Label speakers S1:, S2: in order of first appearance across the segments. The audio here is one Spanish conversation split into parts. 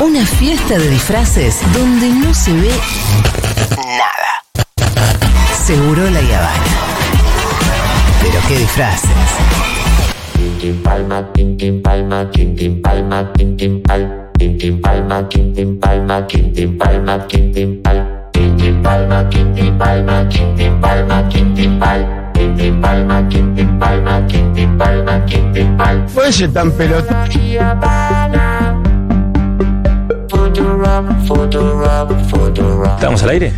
S1: Una fiesta de disfraces donde no se ve nada. Seguro la Yavana. Pero qué disfraces.
S2: Tintin palma, tintin palma, tintin palma, tintin pal, tintin palma, tintin palma, tintin palma, tintin pal, tintin palma, tintin palma, tintin palma, tintin pal, tintin palma, tintin palma, tintin palma, tintin pal.
S3: Oye, tan pelota.
S2: Habana. Futurama, Futurama, Futurama.
S4: ¿Estamos al aire?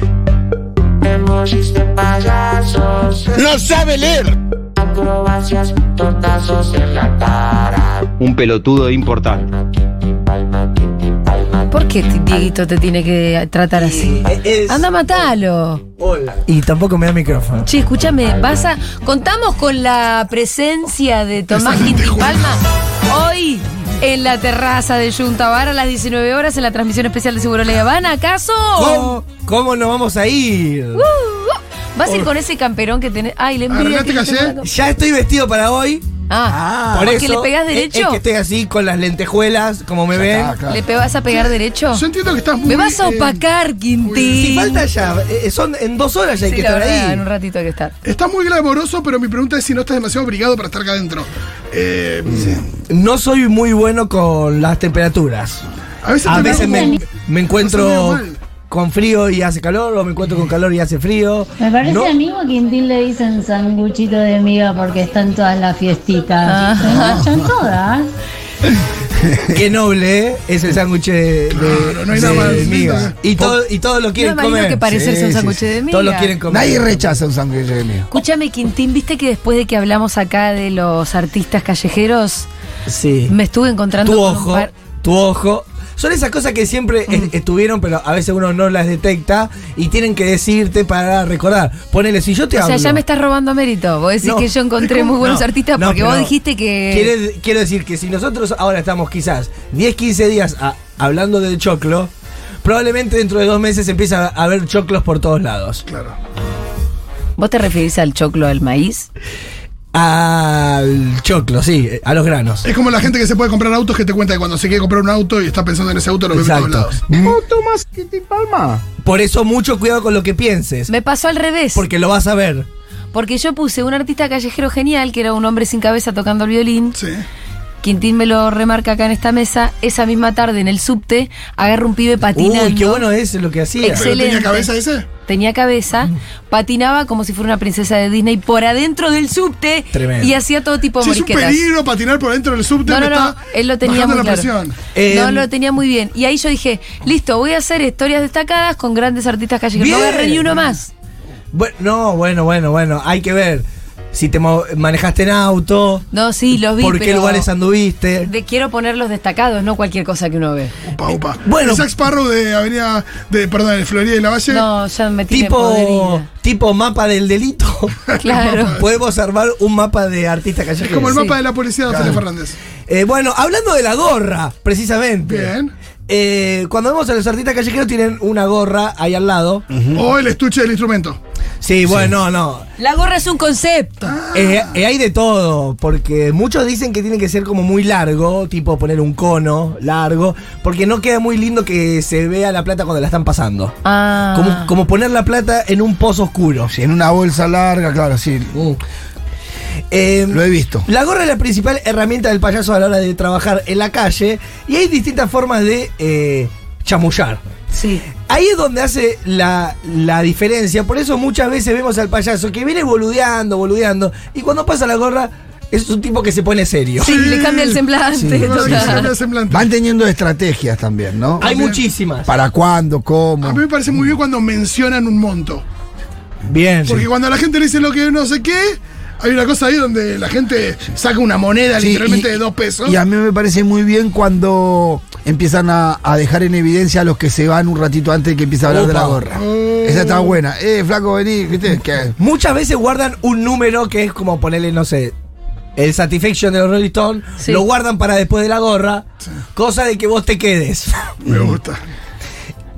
S2: Emojis de payasos,
S3: ¡No sabe leer!
S2: acrobacias, tortazos en la cara.
S5: un pelotudo importante.
S6: ¿Por qué ti- Dieguito te tiene que tratar así?
S7: Ah. Es-
S6: Anda, matalo.
S7: Y tampoco me da micrófono.
S6: Che, escúchame, vas a. Contamos con la presencia de Tomás Quintín Palma hoy en la terraza de Yuntabar a las 19 horas en la transmisión especial de Seguro La Habana, ¿acaso? Uh,
S7: ¿Cómo, cómo nos vamos a ir?
S6: ¿Vas a ir con ese camperón que tenés? Ay, le envidia
S8: Arreglate
S6: que yo
S8: que ayer-
S6: tengo.
S7: Ya estoy vestido para hoy.
S6: Ah,
S7: por
S6: porque
S7: eso,
S6: le pegas
S7: es-
S6: derecho.
S7: Es que estoy así con las lentejuelas, como me ven.
S8: Ah, claro.
S6: ¿Le pe- vas a pegar derecho?
S8: Yo entiendo que estás muy.
S6: Me vas a
S8: eh,
S6: opacar, Quintín.
S7: Si falta ya, eh, son en dos horas ya hay
S6: Sí,
S7: que
S6: la
S7: estar
S6: verdad,
S7: ahí.
S6: en un ratito hay que estar.
S8: eh, estás muy glamoroso, pero mi pregunta es si no estás demasiado obligado para estar acá adentro. Eh,
S7: No soy muy bueno con las temperaturas.
S8: A veces,
S7: A
S8: te
S7: veces
S8: veo
S7: me,
S8: como-
S7: me
S8: medio
S7: encuentro
S8: mal.
S7: con frío y hace calor, o me encuentro con calor y hace frío.
S9: Me parece
S7: No,
S9: a mí que a Quintín le dicen sanguchito de miga porque están todas las fiestitas. Se marchan todas.
S7: Qué noble ¿eh? es el sándwich de,
S8: no hay nada
S7: de
S8: más lindo.
S7: miga. Y, todo- y todos lo
S6: No me
S7: quieren
S6: imagino
S7: comer.
S6: que parecerse
S8: Sí,
S6: un
S8: sí,
S6: sándwich
S8: sí.
S6: de miga.
S7: Todos lo quieren comer.
S3: Nadie rechaza un sándwich
S8: eh,
S3: de mío.
S6: Escúchame, Quintín, viste que después de que hablamos acá de los artistas callejeros,
S7: Sí.
S6: me estuve encontrando
S7: tu
S6: con un
S7: ojo,
S6: par-
S7: tu ojo. Son esas cosas que siempre es- estuvieron, pero a veces uno no las detecta y tienen que decirte para recordar. Ponele, si yo te
S6: O sea,
S7: hablo.
S6: ya me estás robando mérito. Vos decís
S7: No,
S6: que yo encontré muy buenos
S7: no,
S6: artistas
S7: no,
S6: porque vos
S7: pero
S6: dijiste que.
S7: Quiere- quiero decir que si nosotros ahora estamos quizás 10, 15 días a- hablando del choclo, probablemente dentro de dos meses empieza a haber choclos por todos lados.
S8: Claro.
S6: ¿Vos te referís al choclo al maíz?
S7: Al choclo, sí, a los granos.
S8: Es como la gente que se puede comprar autos que te cuenta que cuando se quiere comprar un auto y está pensando en ese auto, lo ve en todos
S7: Exacto. Mm.
S8: lados.
S3: Tomás Quintín Palma?
S7: Por eso mucho cuidado con lo que pienses,
S6: Me pasó al revés.
S7: porque lo vas a ver.
S6: Porque yo puse un artista callejero genial, que era un hombre sin cabeza tocando el violín.
S8: Sí.
S6: Quintín me lo remarca acá en esta mesa. Esa misma tarde en el subte, agarra un pibe patinando.
S7: Uy, qué bueno es lo que hacía.
S8: ¿Pero
S6: Excelente.
S8: tenía cabeza ese?
S6: Tenía cabeza, patinaba como si fuera una princesa de Disney por adentro del subte
S7: Tremendo.
S6: y hacía todo tipo de
S8: Si es un
S6: morisquetas.
S8: peligro patinar por dentro del subte.
S6: No,
S8: me
S6: no, no,
S8: está
S6: él lo tenía
S8: bajando
S6: muy
S8: la
S6: claro.
S8: presión.
S7: Eh,
S6: no, lo tenía muy bien. Y ahí yo dije, listo, voy a hacer historias destacadas con grandes artistas callejeros. No
S7: Bien.
S6: agarré ni uno más.
S7: Bueno, no, bueno, bueno, bueno, hay que ver si te mo- manejaste en auto,
S6: No, sí, los vi,
S7: por qué
S6: pero
S7: lugares anduviste.
S6: de- quiero poner los destacados, no cualquier cosa que uno ve.
S8: Upa, upa.
S7: Eh, Bueno.
S8: Isaac Sparrow de Avenida. de Perdón, de Florida y la Valle.
S6: No, ya me tiene
S7: Tipo,
S6: podrida.
S7: tipo mapa del delito.
S6: Claro.
S7: Podemos armar un mapa de artistas
S8: Es como el
S7: callejeros.
S8: mapa de la policía de Ofelia Fernández.
S7: Eh, bueno, hablando de la gorra, precisamente.
S8: Bien.
S7: Eh, cuando vemos a los artistas callejeros tienen una gorra ahí al lado.
S8: O Oh, el estuche del instrumento.
S7: Sí, bueno, no, no.
S6: La gorra es un concepto.
S7: Eh, eh, hay de todo, porque muchos dicen que tiene que ser como muy largo, tipo poner un cono largo, porque no queda muy lindo que se vea la plata cuando la están pasando.
S6: Ah.
S7: Como, como poner la plata en un pozo oscuro.
S3: Sí, en una bolsa larga, claro, sí.
S7: Eh,
S3: Lo he visto.
S7: la gorra es la principal herramienta del payaso a la hora de trabajar en la calle y hay distintas formas de eh, chamullar.
S6: Sí.
S7: Ahí es donde hace la, la diferencia, por eso muchas veces vemos al payaso que viene boludeando, boludeando, y cuando pasa la gorra es un tipo que se pone serio.
S6: Sí, le cambia el semblante.
S3: Sí,
S8: Bueno,
S6: total.
S8: que se cambia el semblante.
S3: Van teniendo estrategias también, ¿no?
S7: Hay muchísimas.
S3: ¿Para cuándo? ¿Cómo?
S8: A mí me parece muy bien cuando mencionan un monto.
S7: Bien.
S8: Porque cuando la gente le dice lo que no sé qué, hay una cosa ahí donde la gente saca una moneda
S3: Sí,
S8: literalmente
S3: y-
S8: de dos pesos.
S3: Y a mí me parece muy bien cuando empiezan a, a dejar en evidencia a los que se van un ratito antes de que empiece a hablar de la
S7: Opa.
S3: gorra. Esa está buena. Eh, flaco, vení, ¿viste? Que-
S7: Muchas veces guardan un número que es como ponerle, no sé, el Satisfaction de los Rolling Stones,
S6: Sí.
S7: lo guardan para después de la gorra, cosa de que vos te quedes.
S8: Me gusta.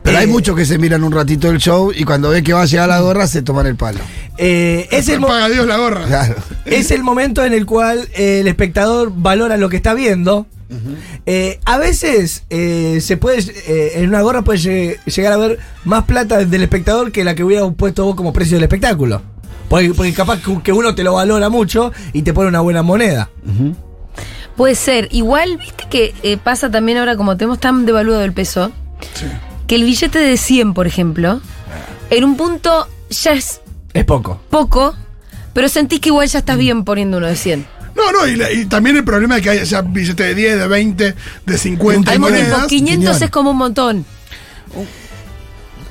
S3: Pero hay
S7: Eh,
S3: muchos que se miran un ratito el show y cuando ve que va a llegar la gorra se toman el palo.
S7: Eh, es, el mo-
S8: Paga Dios la gorra.
S3: Claro.
S7: es el momento en el cual eh, el espectador valora lo que está viendo Eh, a veces eh, se puede eh, en una gorra puede lle- llegar a ver más plata del espectador que la que hubiera puesto vos como precio del espectáculo. Porque, porque capaz que- que uno te lo valora mucho y te pone una buena moneda.
S6: Puede ser. Igual, viste que eh, pasa también ahora, como tenemos tan devaluado el peso, que el billete de 100, por ejemplo,
S7: Ah.
S6: en un punto ya es
S7: Es poco.
S6: poco, pero sentís que igual ya estás bien poniendo uno de 100.
S8: No, no, y, la- y también el problema es que hay ya billetes de 10, de 20, de 50
S6: Al
S8: y
S6: mismo tiempo,
S8: monedas.
S6: 500
S3: Opinión.
S6: es como un montón.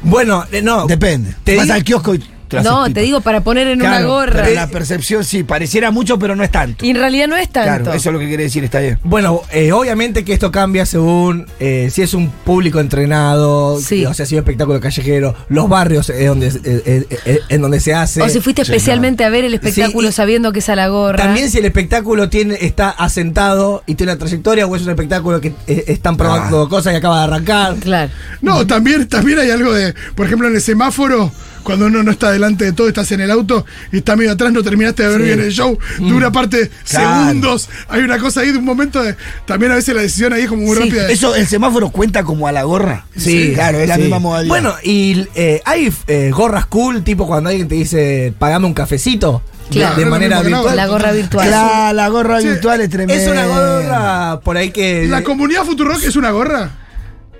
S7: Bueno, eh, no.
S3: Depende.
S7: Te
S3: Vas
S7: digo-
S3: al kiosco y te haces
S6: No,
S3: pipa.
S6: te digo, para poner en una
S7: Claro,
S6: gorra. Eh,
S3: Pero la percepción sí, pareciera mucho, pero no es tanto.
S6: Y en realidad no es tanto.
S3: Claro, eso es lo que quiere decir, está bien.
S7: Bueno, eh, obviamente que esto cambia según eh, si es un público entrenado,
S6: Sí.
S7: o sea, si es un espectáculo callejero, los barrios eh, donde, eh, eh, eh, en donde se hace.
S6: o si fuiste especialmente a ver el espectáculo
S7: Sí, y-
S6: sabiendo que es a la gorra.
S7: También si el espectáculo tiene, está asentado y tiene una trayectoria o es un espectáculo que eh, están probando cosas y acaba de arrancar.
S6: Claro.
S8: No, también, también hay algo de, por ejemplo, en el semáforo, cuando uno no está delante de todo, estás en el auto y está medio atrás, no terminaste de ver bien el show, dura parte
S3: Claro.
S8: segundos. Hay una cosa ahí de un momento de. También a veces la decisión ahí es como muy
S6: Sí.
S8: rápida. de-
S3: Eso, el semáforo cuenta como a la gorra. claro, es la
S7: sí.
S3: misma modalidad.
S7: Bueno, y eh, hay eh, gorras cool, tipo cuando alguien te dice, pagame un cafecito,
S6: Claro.
S7: de
S6: No, no,
S7: manera
S8: no, no, no.
S7: virtual.
S6: La gorra virtual.
S3: la, la gorra virtual es tremenda.
S7: Es una gorra por ahí que...
S8: ¿La comunidad Futurock es una gorra?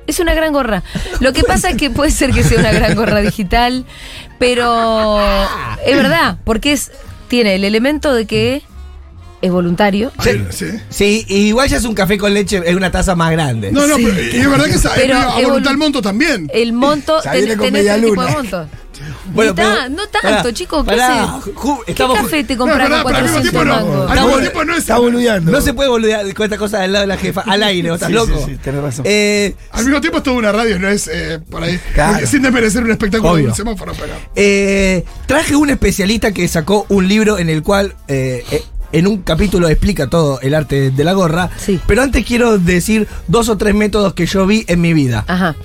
S6: Es una gran gorra. Lo que pasa es que puede ser que sea una gran gorra digital, pero es verdad, porque es tiene el elemento de que es voluntario.
S7: Sí.
S8: Ay, sí.
S7: Sí, y igual ya es un café con leche, es una taza más grande.
S8: No, no, pero, y es verdad que es a,
S6: Pero
S8: a
S6: evolu- Eh,
S8: voluntad al monto también.
S6: El monto,
S3: Ya
S6: ten-
S3: viene con
S6: tenés
S3: media
S6: el tipo de
S3: luna.
S6: monto.
S7: Bueno,
S6: Mitad,
S7: pero-
S6: no tanto,
S7: pará,
S6: chico, ¿qué
S7: pará,
S6: haces?
S7: ju-
S6: ¿Qué
S7: estamos-
S6: café
S8: No,
S6: te
S8: es
S6: compras
S8: verdad,
S6: con
S8: pero al mismo
S6: 400
S8: tiempo no.
S6: mangos?
S8: Al mismo
S7: Está
S8: tiempo no es.
S3: Está boludeando.
S7: No se puede boludear con estas cosas al lado de la jefa, al aire, ¿vos estás
S3: Sí,
S7: loco?
S3: sí, sí, tenés razón.
S7: Eh,
S8: Al mismo tiempo es toda una radio, no es eh, por ahí.
S3: Claro.
S8: Sin desmerecer un espectáculo
S7: Obvio.
S8: de un semáforo, pero.
S7: eh, traje un especialista que sacó un libro en el cual eh, eh, en un capítulo explica todo el arte de la gorra.
S6: Sí.
S7: Pero antes quiero decir dos o tres métodos que yo vi en mi vida.
S6: Ajá.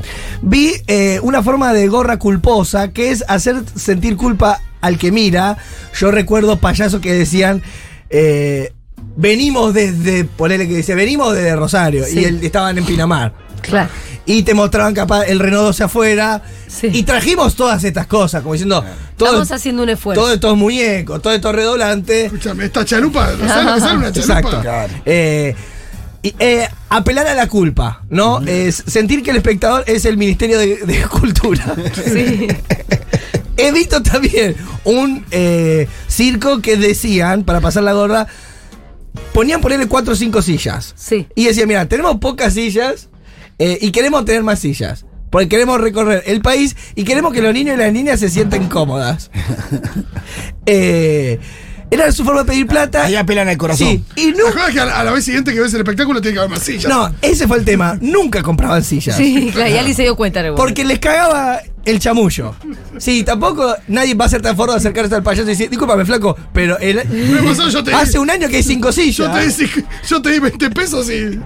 S7: Vi eh, una forma de gorra culposa que es hacer sentir culpa al que mira. Yo recuerdo payasos que decían. eh, Venimos desde, ponele que decía, venimos desde Rosario
S6: Sí.
S7: y él- estaban en Pinamar.
S6: Claro.
S7: Y te mostraban capaz el Renault 12 afuera.
S6: Sí.
S7: Y trajimos todas estas cosas, como diciendo, todo,
S6: Estamos haciendo un esfuerzo.
S7: todo estos muñecos, todo estos redoblantes.
S8: Escúchame, esta chalupa, ¿no sale, no sale una chalupa?
S7: Exacto. Eh, y, eh, apelar a la culpa, ¿no? Es sentir que el espectador es el Ministerio de, de Cultura.
S6: Sí.
S7: He visto también un eh, circo que decían, para pasar la gorda, ponían ponerle cuatro o cinco sillas.
S6: Sí.
S7: Y decían, mira, tenemos pocas sillas eh, y queremos tener más sillas. Porque queremos recorrer el país y queremos que los niños y las niñas se sientan cómodas. Eh, era su forma de pedir plata.
S3: Ahí apelan al corazón.
S7: Sí, y
S8: La
S7: nunca.
S8: joda es que a la, a la vez siguiente que ves el espectáculo tiene que haber más sillas.
S7: No, ese fue el tema. Nunca compraban sillas.
S6: Sí, claro, y Ali se dio cuenta. en algún
S7: Porque les cagaba el chamullo. Sí, tampoco nadie va a ser tan forro de acercarse al payaso y decir, discúlpame, flaco, pero el-
S8: Me pasó, yo te-
S7: hace un año que hay cinco
S8: Yo
S7: sillas.
S8: te, di, cinco- yo te di 20 pesos y.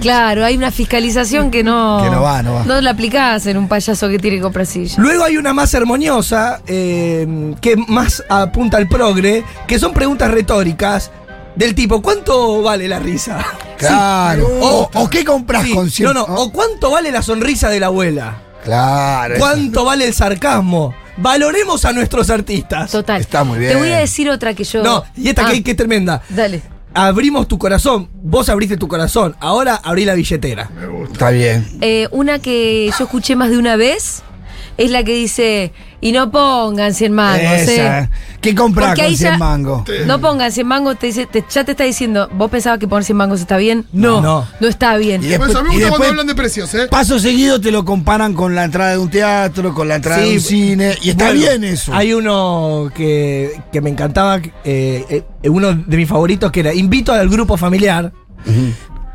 S6: Claro, hay una fiscalización que no.
S3: Que no va, no va.
S6: No la aplicás en un payaso que tiene que comprar silla.
S7: Luego hay una más armoniosa, eh, que más apunta al progre, que son preguntas retóricas del tipo, ¿cuánto vale la risa?
S3: Claro. O, o qué compras
S7: Sí,
S3: con
S7: no,
S3: cien-
S7: no,
S3: ¿no?
S7: o ¿cuánto vale la sonrisa de la abuela?
S3: Claro.
S7: ¿Cuánto vale el sarcasmo? Valoremos a nuestros artistas.
S6: Total.
S3: Está muy
S6: Te
S3: bien.
S6: voy a decir otra que yo.
S7: No, y esta
S6: Ah,
S7: que, que es tremenda.
S6: Dale.
S7: Abrimos tu corazón, vos abriste tu corazón, ahora abrí la billetera.
S3: Está bien.
S6: Eh, una que yo escuché más de una vez es la que dice: Y no pongan 100 mangos,
S3: Esa.
S6: ¿eh?
S3: ¿Qué compras
S6: Porque ahí
S3: con 100
S6: ya-
S3: mango?
S6: No pongan 100 mangos, te dice, te- ya te está diciendo, ¿vos pensabas que poner 100 mangos está bien? No, no,
S7: No.
S6: está bien.
S3: Y
S8: Pues a mí me
S3: y
S8: gusta cuando
S3: después-
S8: hablan de precios, ¿eh?
S3: Paso seguido te lo comparan con la entrada de un teatro, con la entrada de
S7: Sí,
S3: un cine. Y está
S7: Bueno,
S3: bien eso.
S7: Hay uno que, que me encantaba, eh, eh, uno de mis favoritos, que era invito al grupo familiar,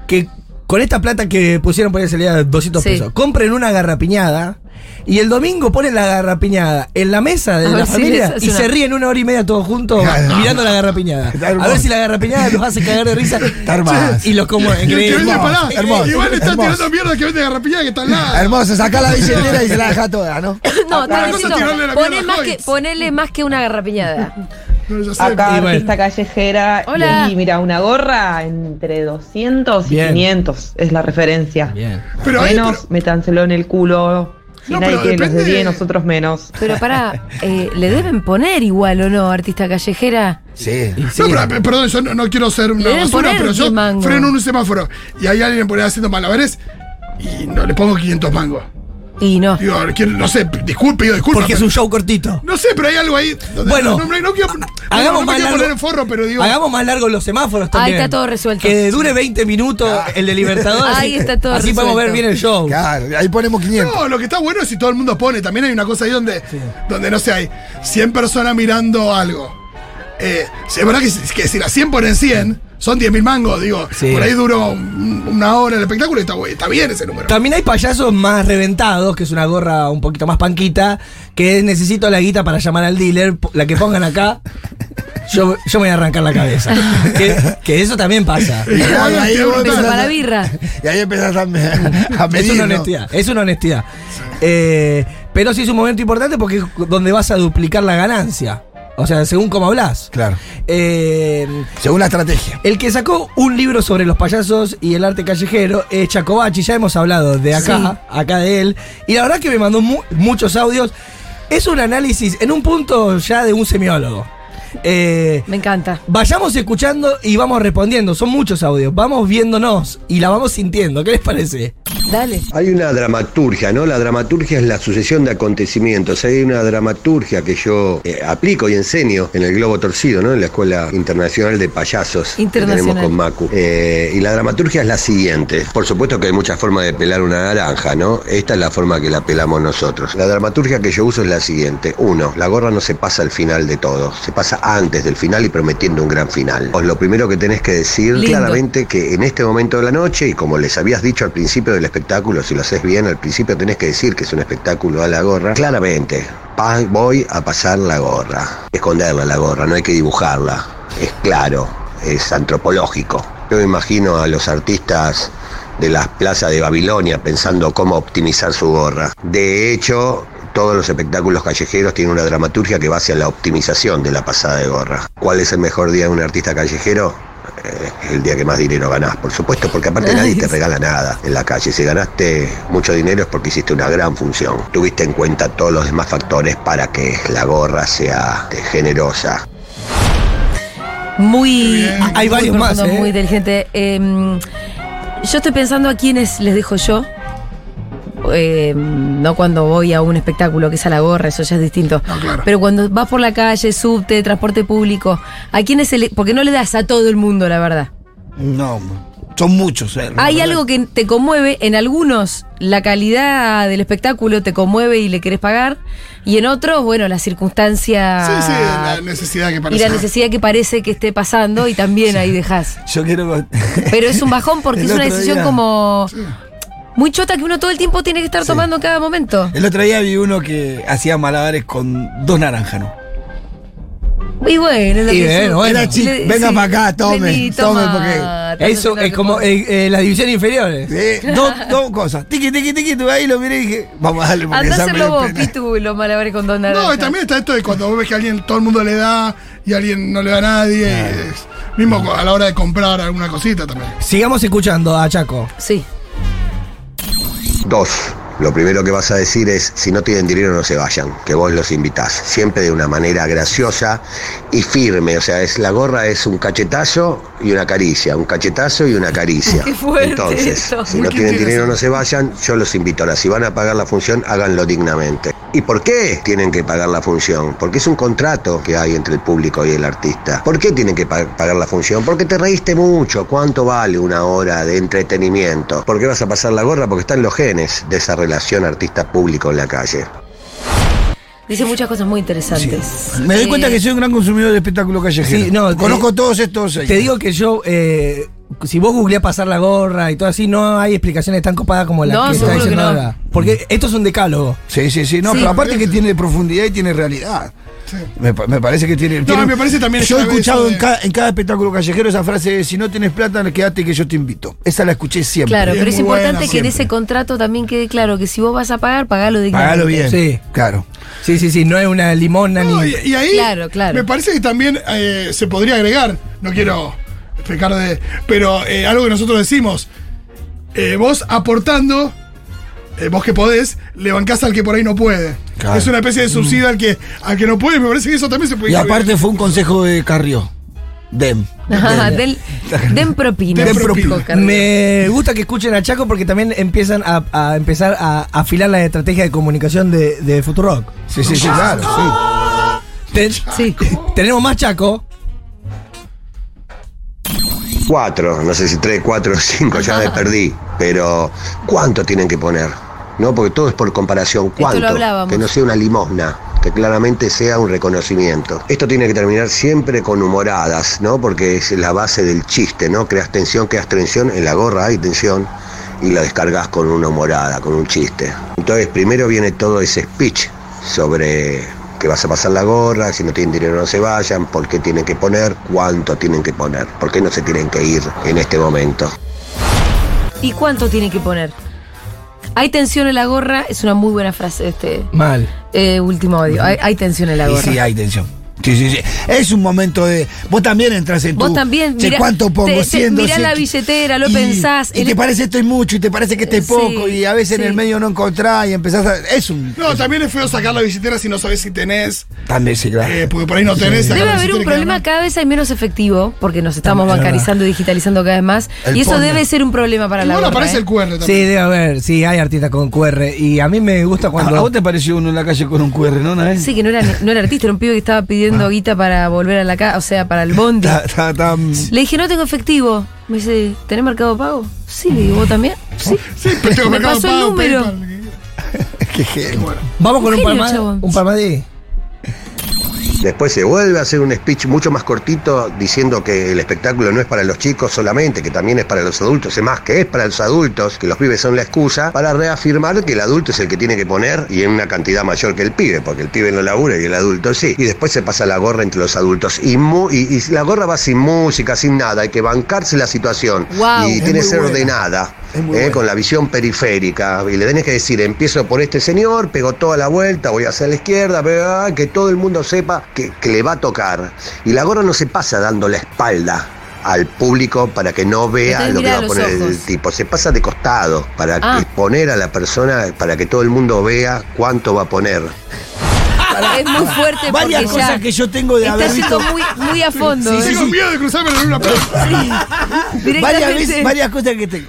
S7: que con esta plata que pusieron por ahí salía 200
S6: Sí.
S7: pesos, compren una garrapiñada y el domingo ponen la garrapiñada en la mesa de
S6: A
S7: la
S6: ver si les
S7: familia
S6: hace
S7: y
S6: una-
S7: se ríen una hora y media todos juntos
S3: Claro.
S7: mirando la garrapiñada.
S3: Está
S7: A ver
S3: hermoso.
S7: si la garrapiñada los hace cagar de risa
S3: hermoso.
S7: y los
S8: Y
S7: conmueven.
S8: el que vende
S3: Hermoso,
S8: pará.
S3: hermoso,
S8: Igual le están
S3: hermoso.
S8: tirando mierda que vende garrapilla que está al lado.
S3: Hermoso, saca la billetera y se la deja toda, ¿no?
S6: No,
S8: una
S6: está
S8: cosa es
S6: diciendo,
S8: tirarle la
S6: poné
S8: mierda a
S6: más
S8: Hoyts.
S6: que, ponele más que una garrapiñada.
S8: No, ya sé.
S4: Acá,
S7: Y bueno.
S4: artista callejera.
S6: Hola.
S4: Y mira, una gorra entre 200 y
S7: Bien.
S4: 500 es la referencia.
S7: Bien.
S8: Pero ahí,
S4: menos, métanselo en el culo. Si
S8: No,
S4: nadie
S8: pero
S4: quiere que nos
S8: depende-
S4: desvíe, nosotros menos.
S6: Pero pará, eh, ¿le deben poner igual o no, artista callejera?
S10: Sí.
S7: Y
S8: No,
S7: sí.
S8: pero, eh, perdón, yo no, no quiero ser una
S6: deben
S8: basura,
S6: poner
S8: pero yo
S6: 10 mangos.
S8: freno en un semáforo y hay alguien por ahí haciendo malabares y no le pongo 500 mangos.
S6: Y no.
S8: Digo, quiero- no sé, disculpe, digo, disculpe.
S7: Porque es un show cortito.
S8: No sé, pero hay algo ahí. donde-
S7: Bueno,
S8: no, no, no quiero, no,
S7: Hagamos
S8: no me
S7: más
S8: quiero
S7: largo.
S8: poner en forro, pero digo.
S7: Hagamos más largo los semáforos también.
S6: está todo resuelto.
S7: Que dure 20 minutos el de Libertadores.
S6: Ahí está todo
S7: Así podemos ver
S6: resuelto.
S7: bien el show.
S10: Claro, ahí ponemos 500.
S8: No, lo que está bueno es si todo el mundo pone. También hay una cosa ahí donde, donde no sé, hay 100 personas mirando algo. Eh, es verdad que, si- que si las 100 ponen 100, son 10.000 mangos, digo.
S7: Sí.
S8: Por ahí duró un- una hora el espectáculo y está, bu- está bien ese número.
S7: También hay payasos más reventados, que es una gorra un poquito más panquita, que es, necesito la guita para llamar al dealer, po- la que pongan acá, yo, yo me voy a arrancar la cabeza. que, que eso también pasa.
S8: Y como
S10: Ahí,
S8: hagas,
S10: ahí
S8: te
S10: vos
S8: botan-
S6: Pero
S10: no,
S6: para
S10: no.
S6: birra.
S10: Y ahí empezás a, me- a
S7: Es
S10: medir.
S7: una
S10: ¿no?
S7: honestidad, es una honestidad. Eh, pero sí es un momento importante porque es donde vas a duplicar la ganancia. O sea, según cómo hablas. Eh,
S10: Claro. Según la estrategia.
S7: el que sacó un libro sobre los payasos y el arte callejero es Chacobachi, ya hemos hablado de acá, acá de él. Y la verdad que me mandó mu- muchos audios. Es un análisis en un punto ya de un semiólogo. Eh,
S6: Me encanta.
S7: Vayamos escuchando y vamos respondiendo. Son muchos audios. Vamos viéndonos y la vamos sintiendo. ¿Qué les parece?
S6: Dale.
S3: Hay una dramaturgia, ¿no? La dramaturgia es la sucesión de acontecimientos. Hay una dramaturgia que yo eh, aplico y enseño en el Globo Torcido, ¿no? En la Escuela Internacional de Payasos
S6: Internacional.
S3: que tenemos con Macu. Eh, y la dramaturgia es la siguiente. Por supuesto que hay muchas formas de pelar una naranja, ¿no? Esta es la forma que la pelamos nosotros. La dramaturgia que yo uso es la siguiente. Uno, la gorra no se pasa al final de todo. Se pasa antes del final y prometiendo un gran final. Os lo primero que tenés que decir
S6: Lindo.
S3: claramente gente que en este momento de la noche, y como les habías dicho al principio del espectáculo, si lo haces bien, al principio tenés que decir que es un espectáculo a la gorra, claramente, pa- voy a pasar la gorra. Esconderla la gorra, no hay que dibujarla. Es claro, es antropológico. Yo me imagino a los artistas de las plazas de Babilonia pensando cómo optimizar su gorra. De hecho, todos los espectáculos callejeros tienen una dramaturgia que va hacia la optimización de la pasada de gorra. ¿Cuál es el mejor día de un artista callejero? Eh, el día que más dinero ganás, por supuesto, porque aparte nadie te regala nada en la calle. Si ganaste mucho dinero es porque hiciste una gran función. Tuviste en cuenta todos los demás factores para que la gorra sea eh, generosa.
S6: Muy.
S7: Hay
S6: muy
S7: varios más,
S6: profundo,
S7: ¿eh?
S6: Muy inteligente. Eh, yo estoy pensando a quiénes les dejo yo. Eh, no cuando voy a un espectáculo que es a la gorra, eso ya es distinto.
S8: No, claro.
S6: Pero cuando vas por la calle, subte, transporte público, ¿a quiénes se le.? Porque no le das a todo el mundo, la verdad.
S10: No, son muchos. eh, la
S6: Hay
S10: verdad.
S6: algo que te conmueve, en algunos la calidad del espectáculo te conmueve y le querés pagar, y en otros, bueno, la circunstancia
S8: Sí, sí, la necesidad que
S6: y
S8: parece.
S6: la necesidad que parece que esté pasando y también ahí dejas.
S10: Yo quiero. con-
S6: Pero es un bajón porque
S10: El
S6: es una
S10: otro
S6: decisión
S10: día-
S6: como muy chota que uno todo el tiempo tiene que estar tomando en cada momento.
S10: El otro día vi uno que hacía malabares con dos naranjas, ¿no?
S6: Y bueno, es lo
S7: Y
S6: que
S7: bueno,
S6: es-
S7: bueno.
S6: le-
S10: Chi- venga pa' acá, tome,
S6: Vení,
S10: tome,
S6: toma,
S10: porque-
S6: toma,
S7: Eso
S6: toma,
S7: es
S6: que
S7: como
S6: puedo.
S7: eh, eh, las divisiones inferiores.
S10: Sí, dos, dos cosas. Tiki, tiki, tiki, tú ahí lo miré y dije, vamos a darle porque
S6: Andá a
S10: ya me
S6: hacerlo
S10: dio
S6: vos,
S10: pena.
S6: Pitu, y los malabares con dos
S8: No,
S6: naranjas.
S8: y también está esto de cuando vos ves que alguien, todo el mundo le da y alguien no le da a nadie. y es- mismo co- a la hora de comprar alguna cosita también.
S7: Sigamos escuchando a Chaco.
S6: Sí.
S3: Dos, lo primero que vas a decir es, si no tienen dinero no se vayan, que vos los invitás, siempre de una manera graciosa y firme, o sea, es, la gorra es un cachetazo y una caricia, un cachetazo y una caricia.
S6: Qué fuerte
S3: Entonces,
S6: esto.
S3: si no
S8: Qué
S3: tienen dinero
S8: interesante.
S3: no se vayan, yo los invito. Ahora, si van a pagar la función, háganlo dignamente. ¿Y por qué tienen que pagar la función? Porque es un contrato que hay entre el público y el artista. ¿Por qué tienen que pa- pagar la función? Porque te reíste mucho. ¿Cuánto vale una hora de entretenimiento? ¿Por qué vas a pasar la gorra? Porque están los genes de esa relación artista-público en la calle.
S6: Dice muchas cosas muy interesantes.
S10: Me doy
S6: Eh,
S10: cuenta que soy un gran consumidor de espectáculo callejero.
S7: Sí, no,
S10: Conozco
S7: eh,
S10: todos estos. ahí.
S7: Te digo que yo eh, si vos googleás pasar la gorra y todo así, no hay explicaciones tan copadas como la
S6: No,
S7: que está
S6: seguro que
S7: diciendo
S6: no.
S7: ahora. Porque esto es un decálogo.
S3: Sí, sí, sí. No,
S6: Sí.
S3: pero aparte que tiene profundidad y tiene realidad.
S8: Sí.
S3: Me, pa- me parece que tiene. tiene-
S8: me parece también
S3: Yo he
S8: esta vez
S3: escuchado
S8: de-
S3: en, cada, en cada espectáculo callejero esa frase: de, si no tienes plata, quédate que yo te invito. Esa la escuché siempre.
S6: Claro,
S8: es
S6: pero es
S8: muy buena
S6: importante que en
S3: siempre.
S6: ese contrato también quede claro que si vos vas a pagar, pagalo dignamente.
S3: Pagalo bien.
S7: Sí.
S3: Claro.
S7: Sí, sí, sí, no es una limona
S8: No,
S7: ni.
S8: y, y ahí
S6: Claro, claro.
S8: me parece que también eh, se podría agregar, no quiero pecar de. Pero eh, algo que nosotros decimos, eh, vos aportando, eh, vos que podés, le bancás al que por ahí no puede.
S3: Claro. Mm.
S8: Es una especie de subsidio al, que, al que no puede, me parece que eso también se puede
S3: Y
S8: incluir.
S3: aparte fue un consejo de Carrió. Dem.
S6: Ajá, del- den propina.
S8: Den propina.
S6: Coca.
S7: Me gusta que escuchen a Chaco porque también empiezan a, a empezar a afilar la estrategia de comunicación de, de Futurock.
S3: Sí, sí, sí, claro. Sí.
S7: Ten-
S6: Sí.
S7: Tenemos más Chaco.
S11: Cuatro, no sé si tres, cuatro, cinco, ya me perdí. Pero, ¿cuánto tienen que poner? No, porque todo es por comparación.
S6: lo
S11: ¿Cuánto?
S6: hablábamos.
S11: que no sea una limosna, que claramente sea un reconocimiento. Esto tiene que terminar siempre con humoradas, ¿no? Porque es la base del chiste, ¿no? Creas tensión, creas tensión, en la gorra hay tensión y la descargas con una humorada, con un chiste. Entonces, primero viene todo ese speech sobre que vas a pasar la gorra, si no tienen dinero no se vayan, por qué tienen que poner, cuánto tienen que poner, por qué no se tienen que ir en este momento.
S6: ¿Y cuánto tiene que poner? Hay tensión en la gorra, es una muy buena frase, este
S7: Mal.
S6: eh, último audio. Hay, hay tensión en la
S3: Y
S6: gorra.
S3: sí, hay tensión. Sí, sí, sí. Es un momento de. Vos también entras en tu.
S6: Vos también,
S3: che,
S6: mirá-
S3: ¿Cuánto pongo?
S6: te- te-
S3: 100,
S6: mirá
S3: 200.
S6: la billetera, lo pensás.
S3: Y
S6: El-
S3: te parece esto es mucho, y te parece que este es
S6: Sí,
S3: poco, y a veces en el
S6: sí.
S3: medio no encontrás y empezás a. Es un.
S8: No, también es feo sacar la billetera si no sabes si tenés,
S3: También Ah. sí, claro.
S8: eh, porque por ahí no tenés. sacar
S6: Debe
S8: la
S6: haber un
S8: billetera y
S6: problema,
S8: quedar
S6: cada vez hay menos efectivo, porque nos estamos bancarizando y digitalizando cada vez más.
S3: El
S6: y eso
S3: porno.
S6: debe ser un problema para
S8: mal.
S6: la
S8: Igual
S6: gorra.
S8: aparece
S6: ¿eh?
S8: el QR
S7: Sí,
S8: también.
S7: debe haber, sí, hay artistas con QR. Y a mí me gusta
S3: ¿A,
S7: cuando.
S3: a vos te pareció uno en la calle con un QR, no? Una vez?
S6: Sí, que no era, no era artista, era un pibe que estaba pidiendo
S3: Ah.
S6: guita para volver a la casa, o sea, para el bondi.
S3: Ta- ta- tam-
S6: Le dije, no tengo efectivo. Me dice, ¿tenés mercado pago? Sí, le digo, ¿vos también? Sí.
S8: Sí, pero tengo
S6: Me
S8: Mercado
S6: pasó el
S8: Pago,
S6: número.
S8: PayPal.
S3: Qué genio.
S7: Vamos
S6: Un
S7: con un
S6: genio,
S7: palmadí.
S6: chabón.
S7: Un palmadí.
S11: Después se vuelve a hacer un speech mucho más cortito diciendo que el espectáculo no es para los chicos solamente, que también es para los adultos, es más, que es para los adultos, que los pibes son la excusa, para reafirmar que el adulto es el que tiene que poner y en una cantidad mayor que el pibe, porque el pibe no labura y el adulto sí. Y después se pasa la gorra entre los adultos. Y, mu- y- y la gorra va sin música, sin nada, hay que bancarse la situación.
S6: Guau.
S11: y
S6: Es
S11: tiene que
S3: muy
S11: ser
S3: buena.
S11: ordenada,
S3: Es muy
S11: ¿eh?
S3: buena.
S11: con la visión periférica. Y le tenés que decir, empiezo por este señor, pego toda la vuelta, voy hacia la izquierda, pega, que todo el mundo sepa que, que le va a tocar. Y la gorra no se pasa dando la espalda al público para que no vea
S6: tenés
S11: lo
S6: que
S11: que va
S6: mirar
S11: a
S6: a los
S11: poner el
S6: ojos.
S11: tipo. Se pasa de costado para
S6: Ah.
S11: exponer a la persona, para que todo el mundo vea cuánto va a poner.
S6: Es muy fuerte porque
S3: Varias
S6: ya
S3: cosas que yo tengo de
S6: está
S3: haber
S6: yendo
S3: visto.
S6: muy, muy a fondo. ¿eh?
S8: Tengo miedo de cruzarme en una plaza.
S3: Varias,
S6: Directamente.
S3: veces- varias cosas que tengo.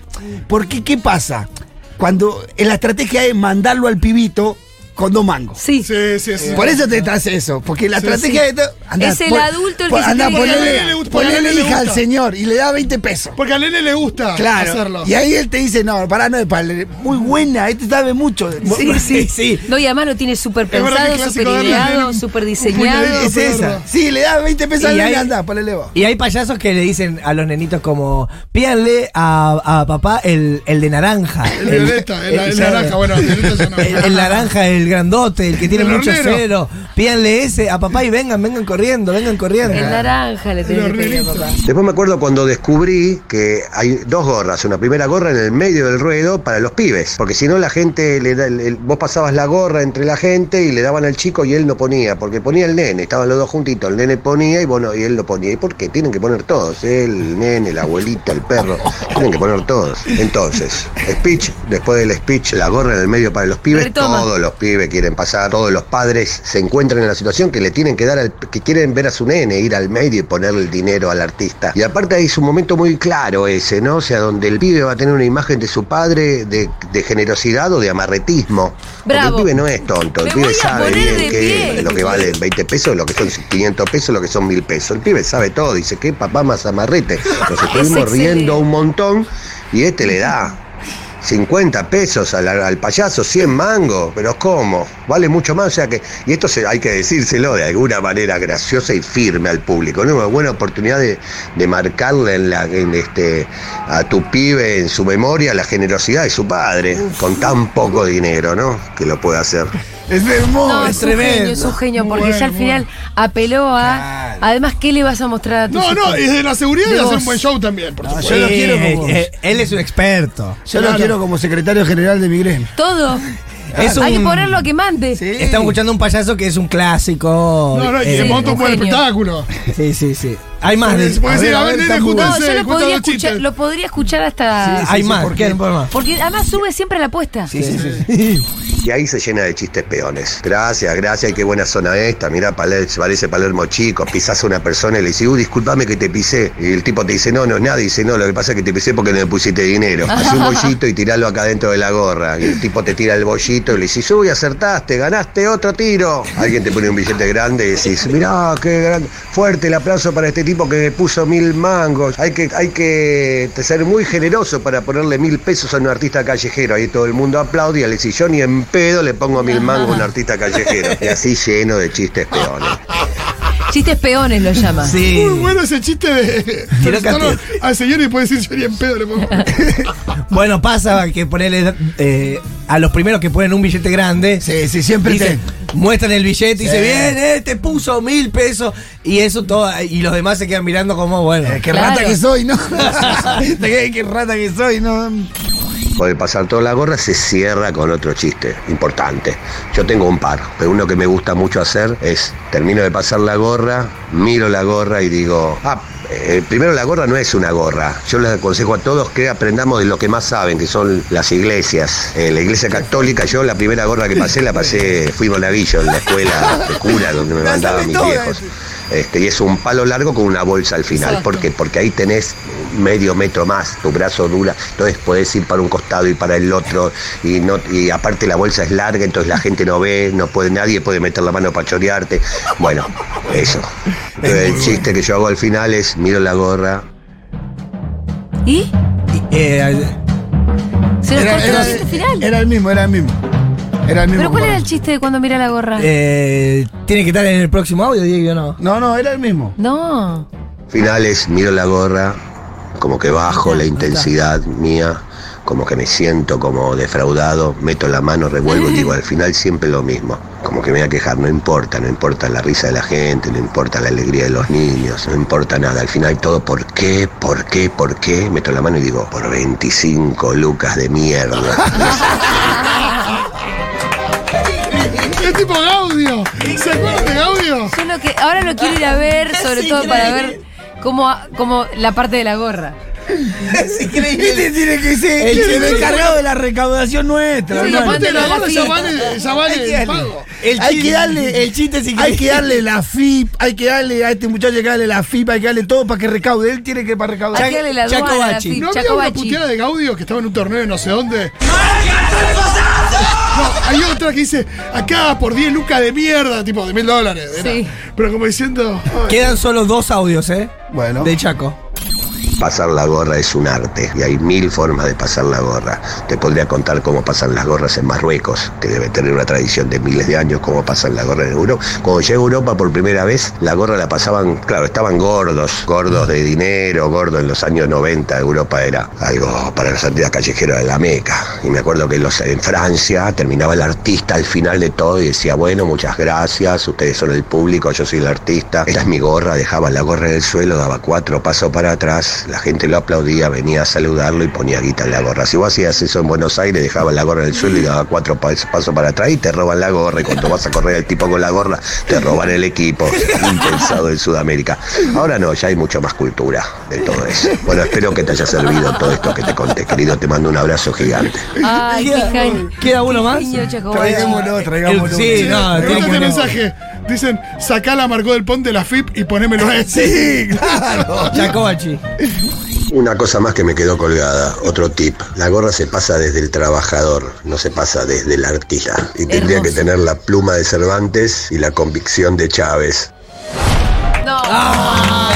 S3: Porque, ¿qué pasa? Cuando eh, la estrategia es mandarlo al pibito con dos mangos.
S6: Sí.
S8: Sí, sí, sí.
S3: Por eso te estás eso, porque la estrategia es... andá,
S6: Es el adulto el que se
S3: andá,
S6: tiene que
S8: ganar.
S3: ponele,
S8: Porque a él le
S3: ponele hija
S8: gusta.
S3: al señor y le da 20 pesos.
S8: Porque al nene le gusta
S3: Claro.
S8: hacerlo.
S3: Y ahí él te dice, no, pará, no es para Muy buena, este sabe mucho.
S6: Sí, sí,
S3: sí.
S6: No, y además lo tiene súper
S8: Es verdad que
S6: pensado,
S8: el
S6: súper
S8: clásico de Arles
S6: ideado,
S8: Lennon,
S6: súper
S8: puñalito,
S6: diseñado.
S3: Es esa. Sí, le da 20 pesos
S7: Y
S3: al
S7: ahí-
S3: nene, andá, ponele vos.
S7: Y hay payasos que le dicen a los nenitos como, pídanle a, a papá el, el de naranja.
S8: El violeta, el- el
S7: ¿sabe?
S8: naranja, bueno, el violeta es una-
S7: El, el naranja, el grandote, el que tiene
S8: El
S7: mucho
S8: hornero.
S7: cero. Pídanle ese a papá y vengan, vengan corriendo, vengan corriendo.
S6: El naranja le tiene que
S8: Los
S6: pedir a
S8: renitos.
S6: papá.
S11: Después me acuerdo cuando descubrí que hay dos gorras, una primera gorra en el medio del ruedo para los pibes, porque si no la gente, le da- le- vos pasabas la gorra entre la gente y le daban al chico y él no ponía, porque ponía el nene, estaban los dos juntitos, el nene ponía y bueno, y él no ponía. ¿Y por qué? Tienen que poner todos, ¿eh? el nene, la abuelita, el perro, tienen que poner todos. Entonces, speech, después del speech, la gorra en el medio para los pibes,
S6: Retoma.
S11: todos los pibes quieren pasar, todos los padres se encuentran en la situación que le tienen que dar al, que quieren ver a su nene, ir al medio y ponerle el dinero al artista. Y aparte ahí es un momento muy claro ese, ¿no? O sea, donde el pibe va a tener una imagen de su padre de, de generosidad o de amarretismo. Porque
S6: Bravo.
S11: el pibe no es tonto, el
S6: Me
S11: pibe
S6: voy a
S11: sabe
S6: poner de
S11: bien
S6: pie.
S11: que lo que vale 20 pesos, lo que son 500 pesos, lo que son 1000 pesos. El pibe sabe todo, dice que papá más amarrete. Nos estuvimos
S6: excelente.
S11: riendo un montón y este le da 50 pesos al, al payaso, 100 mangos, pero ¿cómo? Vale mucho más, o sea que... Y esto se, hay que decírselo de alguna manera graciosa y firme al público, ¿no? Una buena oportunidad de, de marcarle en la, en este, a tu pibe en su memoria la generosidad de su padre, con tan poco dinero, ¿no? Que lo puede hacer.
S3: Es hermoso.
S6: No, es,
S3: es
S6: un
S3: tremendo.
S6: genio, es un genio, porque
S8: Bueno,
S6: ya al final apeló a. Además, ¿qué le vas a mostrar a tu
S8: No, no, es de la seguridad
S6: De
S8: de hacer
S6: vos.
S8: un buen show también, por
S3: No,
S8: supuesto.
S3: Ah, yo lo quiero como,
S7: Eh, él es un experto.
S3: yo lo
S8: claro.
S3: quiero como secretario general de Ah, Migren.
S6: Todo.
S7: Es
S6: Hay que
S7: un-
S6: ponerlo a que mande.
S7: Estamos escuchando un payaso que es un clásico.
S8: No, no, y
S7: Eh,
S8: se monta un buen
S6: genio.
S8: espectáculo.
S7: Sí, sí, sí. Hay más de.
S8: Puede ser, a ver, nene,
S7: Tambu.
S8: junta-
S6: No,
S8: Entonces,
S6: yo lo
S8: cuenta
S6: podría,
S8: los chistes.
S6: escuchar, lo podría escuchar hasta.
S7: Ah, Hay más.
S3: ¿por
S7: ¿Qué?
S3: qué?
S7: más?
S6: Porque además sube siempre la apuesta.
S11: Y ahí se llena de chistes peones. Gracias, gracias, y qué buena zona esta. Mirá, Paler- parece Palermo chico. Pisás a una persona y le dices, uh, disculpame que te pisé. Y el tipo te dice, no, no es nada. Y dice, no, lo que pasa es que te pisé porque no me pusiste dinero. Hacé un bollito y tiralo acá dentro de la gorra. Y el tipo te tira el bollito y le dices, uy, acertaste, ganaste otro tiro. Alguien te pone un billete grande y decís, mirá, qué grande. Fuerte el aplauso para este tipo que me puso mil mangos. Hay que, hay que ser muy generoso para ponerle mil pesos a un artista callejero. Ahí todo el mundo aplaude y le dice, yo ni en pedo le pongo mil mangos a un artista callejero. Y así lleno de chistes peones.
S6: Chistes peones lo llama.
S7: Sí.
S8: Muy bueno ese chiste de.
S7: Quiero
S8: presentarlo
S7: cantar.
S8: al señor y puede decir yo ni en pedo le pongo.
S7: Bueno, pasa que ponerle a los primeros que ponen un billete grande.
S3: Sí, sí, siempre
S7: dicen,
S3: te-
S7: muestran el billete y
S3: Sí.
S7: se viene, eh, te puso mil pesos. Y eso todo. Y los demás se quedan mirando como, bueno.
S3: Eh, qué
S6: Claro.
S3: rata que soy, ¿no? qué, qué rata que soy, ¿no?
S11: Puede pasar toda la gorra, se cierra con otro chiste importante. Yo tengo un par, pero uno que me gusta mucho hacer es, termino de pasar la gorra, miro la gorra y digo, ah, eh, primero la gorra no es una gorra. Yo les aconsejo a todos que aprendamos de lo que más saben, que son las iglesias. Eh, la iglesia católica, yo la primera gorra que pasé, la pasé, fui monaguillo en la escuela de cura donde me
S3: La
S11: mandaban
S3: sabe
S11: mis
S3: toda,
S11: viejos. Este, y es un palo largo con una bolsa al final. ¿Por qué? Porque ahí tenés medio metro más, tu brazo dura, entonces podés ir para un costado y para el otro, y no, y aparte la bolsa es larga, entonces la gente no ve, no puede, nadie puede meter la mano para chorearte. Bueno, eso. Entonces, el chiste que yo hago al final es miro la gorra.
S6: ¿Y?
S7: Eh,
S6: ¿Se nos
S3: Era-
S6: corta
S3: era-
S6: el chiste final?
S3: era el mismo, era el mismo. Era el mismo.
S6: ¿Pero cuál era
S3: compadre.
S6: el chiste de cuando mira la gorra?
S7: eh, ¿Tiene que estar en el próximo audio, Diego, o no?
S3: No, no, era el mismo.
S6: No.
S11: Final es miro la gorra, como que bajo la intensidad mía, como que me siento como defraudado, meto la mano, revuelvo y digo al final siempre lo mismo. Como que me voy a quejar, no importa, no importa la risa de la gente, no importa la alegría de los niños, no importa nada. Al final todo, ¿por qué? ¿Por qué? ¿Por qué? Meto la mano y digo, por 25 lucas de mierda.
S8: es tipo Gaudio. ¿Se acuerdan de Gaudio?
S6: Yo lo que, ahora lo quiero ir a ver, sobre todo para ver cómo, cómo la parte de la gorra.
S3: Este tiene que ser
S7: El
S3: el,
S7: chiste-
S3: encargado de la recaudación nuestra.
S6: Sí,
S3: hermano.
S6: aparte-
S8: Aparte la
S6: Mándalo a la
S8: gorra ya
S6: fiesta.
S8: vale, ya vale
S3: Hay que
S8: el pago.
S7: El
S3: hay
S7: chiste-
S3: que darle el chiste si Hay que darle la FIP, hay que darle a este muchacho hay que darle la FIP, hay que darle todo para que recaude. Él tiene que para recaudar.
S6: Hay que darle la
S7: Chaco
S6: aduana, la
S7: Bachi.
S6: FIP,
S8: ¿No
S6: Chaco
S8: había una
S6: Bachi.
S8: puteada de Gaudio que estaba en un torneo de no sé dónde? No, hay otra que dice, acá por 10 lucas de mierda, tipo de mil dólares. era.
S6: Sí.
S8: Pero como diciendo. ay,
S7: Quedan solo dos audios, ¿eh?
S3: Bueno.
S7: Del Chaco.
S11: Pasar la gorra es un arte y hay mil formas de pasar la gorra. Te podría contar cómo pasan las gorras en Marruecos, que debe tener una tradición de miles de años, cómo pasan la gorra en Europa. Cuando llegué a Europa por primera vez, la gorra la pasaban, claro, estaban gordos, gordos de dinero, gordos en los años 90. Europa era algo para la salida callejera de la Meca. Y me acuerdo que los, en Francia terminaba el artista al final de todo y decía, bueno, muchas gracias, ustedes son el público, yo soy el artista. Esta es mi gorra, dejaba la gorra en el suelo, daba cuatro pasos para atrás, la gente lo aplaudía, venía a saludarlo y ponía guita en la gorra. Si vos hacías eso en Buenos Aires, dejaba la gorra en el suelo y daba cuatro pas- pasos para atrás y te roban la gorra. Y cuando vas a correr el tipo con la gorra, te roban el equipo. Impensado en Sudamérica. Ahora no, ya hay mucho más cultura de todo eso. Bueno, espero que te haya servido todo esto que te conté, querido. Te mando un abrazo gigante.
S6: Ay, qué
S7: Queda-
S6: genio.
S7: ¿Queda uno más?
S6: Genio, Chaco Bachi.
S3: Traigámoslo, traigámoslo.
S7: Sí, no,
S8: me
S7: tiene
S8: gusta
S7: que-
S8: este mensaje. Dicen, sacala Marcó del Ponte la FIP y ponémelo a ese. Sí,
S7: Chaco Bachi.
S11: Una cosa más que me quedó colgada, otro tip. La gorra se pasa desde el trabajador, no se pasa desde el artista. Y tendría
S6: Hermoso.
S11: que tener la pluma de Cervantes y la convicción de Chávez.
S6: No.
S7: Ah,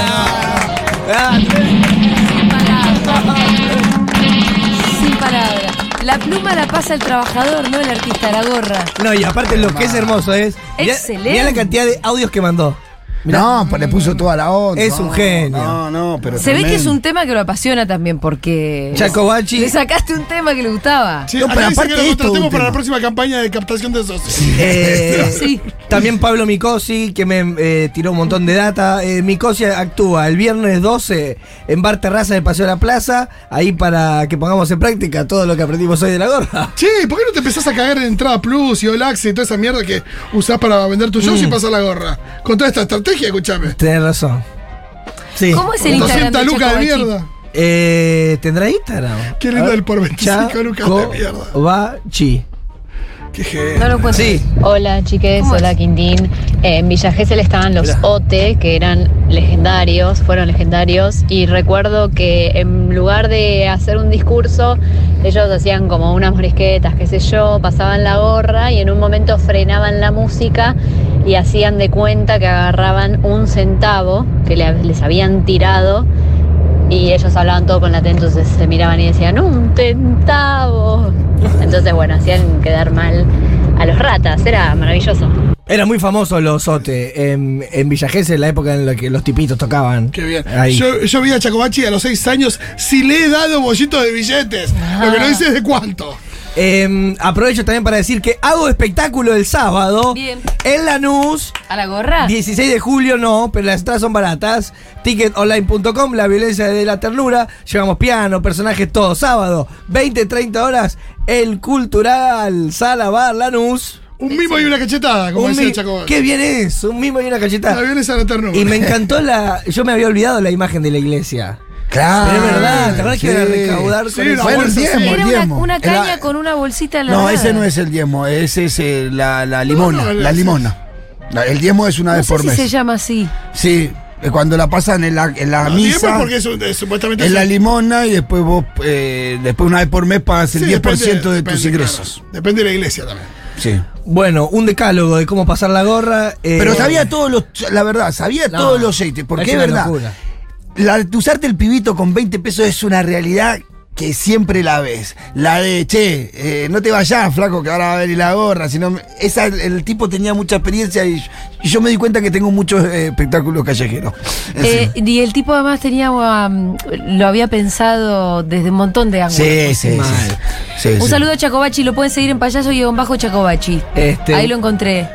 S6: Sin palabras. Sin palabras. La pluma la pasa el trabajador, no el artista, la gorra.
S7: No, y aparte lo que es hermoso es. mirá-
S6: Excelente.
S7: Mirá la cantidad de audios que mandó.
S3: No, pues le puso toda la onda.
S7: Es un
S3: No,
S7: genio.
S3: No, no, pero.
S6: Se ve que es
S3: tremendo.
S6: un tema que lo apasiona también porque.
S7: Chacobachi.
S6: Le sacaste un tema que le gustaba.
S8: Sí,
S3: No,
S8: acá
S3: pero
S8: dice
S3: aparte
S8: que lo
S3: es todo un
S8: contratemos para
S3: tema.
S8: la próxima campaña de captación de esos.
S7: Eh,
S6: Sí.
S7: También Pablo Micosi, que me eh, tiró un montón de data. Eh, Micosi actúa el viernes 12 en Bar Terraza de Paseo de la Plaza, ahí para que pongamos en práctica todo lo que aprendimos hoy de la gorra.
S8: Che, ¿por qué no te empezás a cagar en Entrada Plus y Olax y toda esa mierda que usás para vender tus shows y pasar la gorra? Con toda esta estrategia, escúchame.
S7: Tenés razón. Sí.
S6: ¿Cómo es el Instagram
S8: 200
S6: de
S8: lucas de
S6: Chacobachi?
S8: mierda.
S7: Eh, ¿Tendrá Instagram?
S8: Qué lindo
S7: A ver.
S8: el por 25 lucas de mierda.
S7: Chacobachi.
S8: Qué genio.
S6: No lo encuentro.
S7: Sí.
S12: Hola chiques,
S6: ¿Cómo
S12: hola Quintín. Eh, en Villa Gesell estaban los OTE, que eran legendarios, fueron legendarios, y recuerdo que en lugar de hacer un discurso, ellos hacían como unas morisquetas, qué sé yo, pasaban la gorra y en un momento frenaban la música y hacían de cuenta que agarraban un centavo que le- les habían tirado. Y ellos hablaban todo con la T, entonces se miraban y decían, un centavo. Entonces, bueno, hacían quedar mal a los ratas, era maravilloso.
S7: Era muy famoso los Ote en, en Villa Gesell, la época en la que los tipitos tocaban.
S8: Qué bien.
S7: Ahí.
S8: Yo, yo vi a Chacobachi a los 6 años si le he dado bollitos de billetes. Lo que no dice es de cuánto.
S7: Eh, aprovecho también para decir que hago espectáculo el sábado
S6: Bien. Ah.
S7: en Lanús.
S6: ¿A la gorra?
S7: 16 de julio no, pero las entradas son baratas. Ticketonline.com, la violencia de la ternura. Llevamos piano, personajes todo. Sábado, 20, 30 horas, el cultural Sala Bar Lanús.
S8: Un mimo y una cachetada, como
S7: Un
S8: decía
S7: mi-
S8: Chacobachi.
S7: Qué bien es, un mimo y una
S8: La
S7: cachetada.
S8: bien es a la ternura.
S7: Y me encantó la. Yo me había olvidado la imagen de la iglesia.
S3: Claro.
S7: Pero es verdad, ¿te acuerdas que iban a
S3: sí.
S7: recaudar con
S8: Ah, Sí,
S7: eso?
S8: la
S3: Bueno, el
S8: bolsa, sí.
S3: diezmo, el
S6: Era una,
S3: diezmo.
S6: una
S3: Era-
S6: caña con una bolsita en la
S3: No,
S6: nada.
S3: ese no es el diezmo, ese es eh, la, la limona,
S8: No, no,
S3: la
S8: sí.
S3: limona. La- el diezmo es una
S6: No
S3: vez
S6: sé
S3: por
S6: si
S3: mes.
S6: se llama así.
S3: Sí, eh, cuando la pasan en la, en la
S8: No, diezmo
S3: misa,
S8: es porque es un- es supuestamente
S3: es
S8: un-
S3: la limona y después vos, eh, después una vez por mes pagas el
S8: Sí,
S3: 10%
S8: depende-
S3: de tus
S8: depende,
S3: ingresos.
S8: claro. Eh, Depende de la iglesia también.
S3: Sí.
S7: Bueno, un decálogo de cómo pasar la gorra. eh,
S3: Pero sabía todos los, la verdad, sabía
S7: no,
S3: todos los eites, porque es
S7: una
S3: verdad.
S7: locura.
S3: La de usarte el pibito con 20 pesos es una realidad que siempre la ves. La de, che, eh, no te vayas, flaco, que ahora va a venir la gorra. Sino, me- esa, el tipo tenía mucha experiencia y, yo- y yo me di cuenta que tengo muchos eh, espectáculos callejeros.
S6: Eh, y el tipo además tenía um, lo había pensado desde un montón de ángulos. Ah,
S3: sí, sí, sí,
S7: mal.
S3: sí, sí,
S6: Un
S3: sí.
S6: saludo a Chacobachi, lo pueden seguir en payaso y en bajo Chacobachi.
S7: Este-
S6: Ahí lo encontré.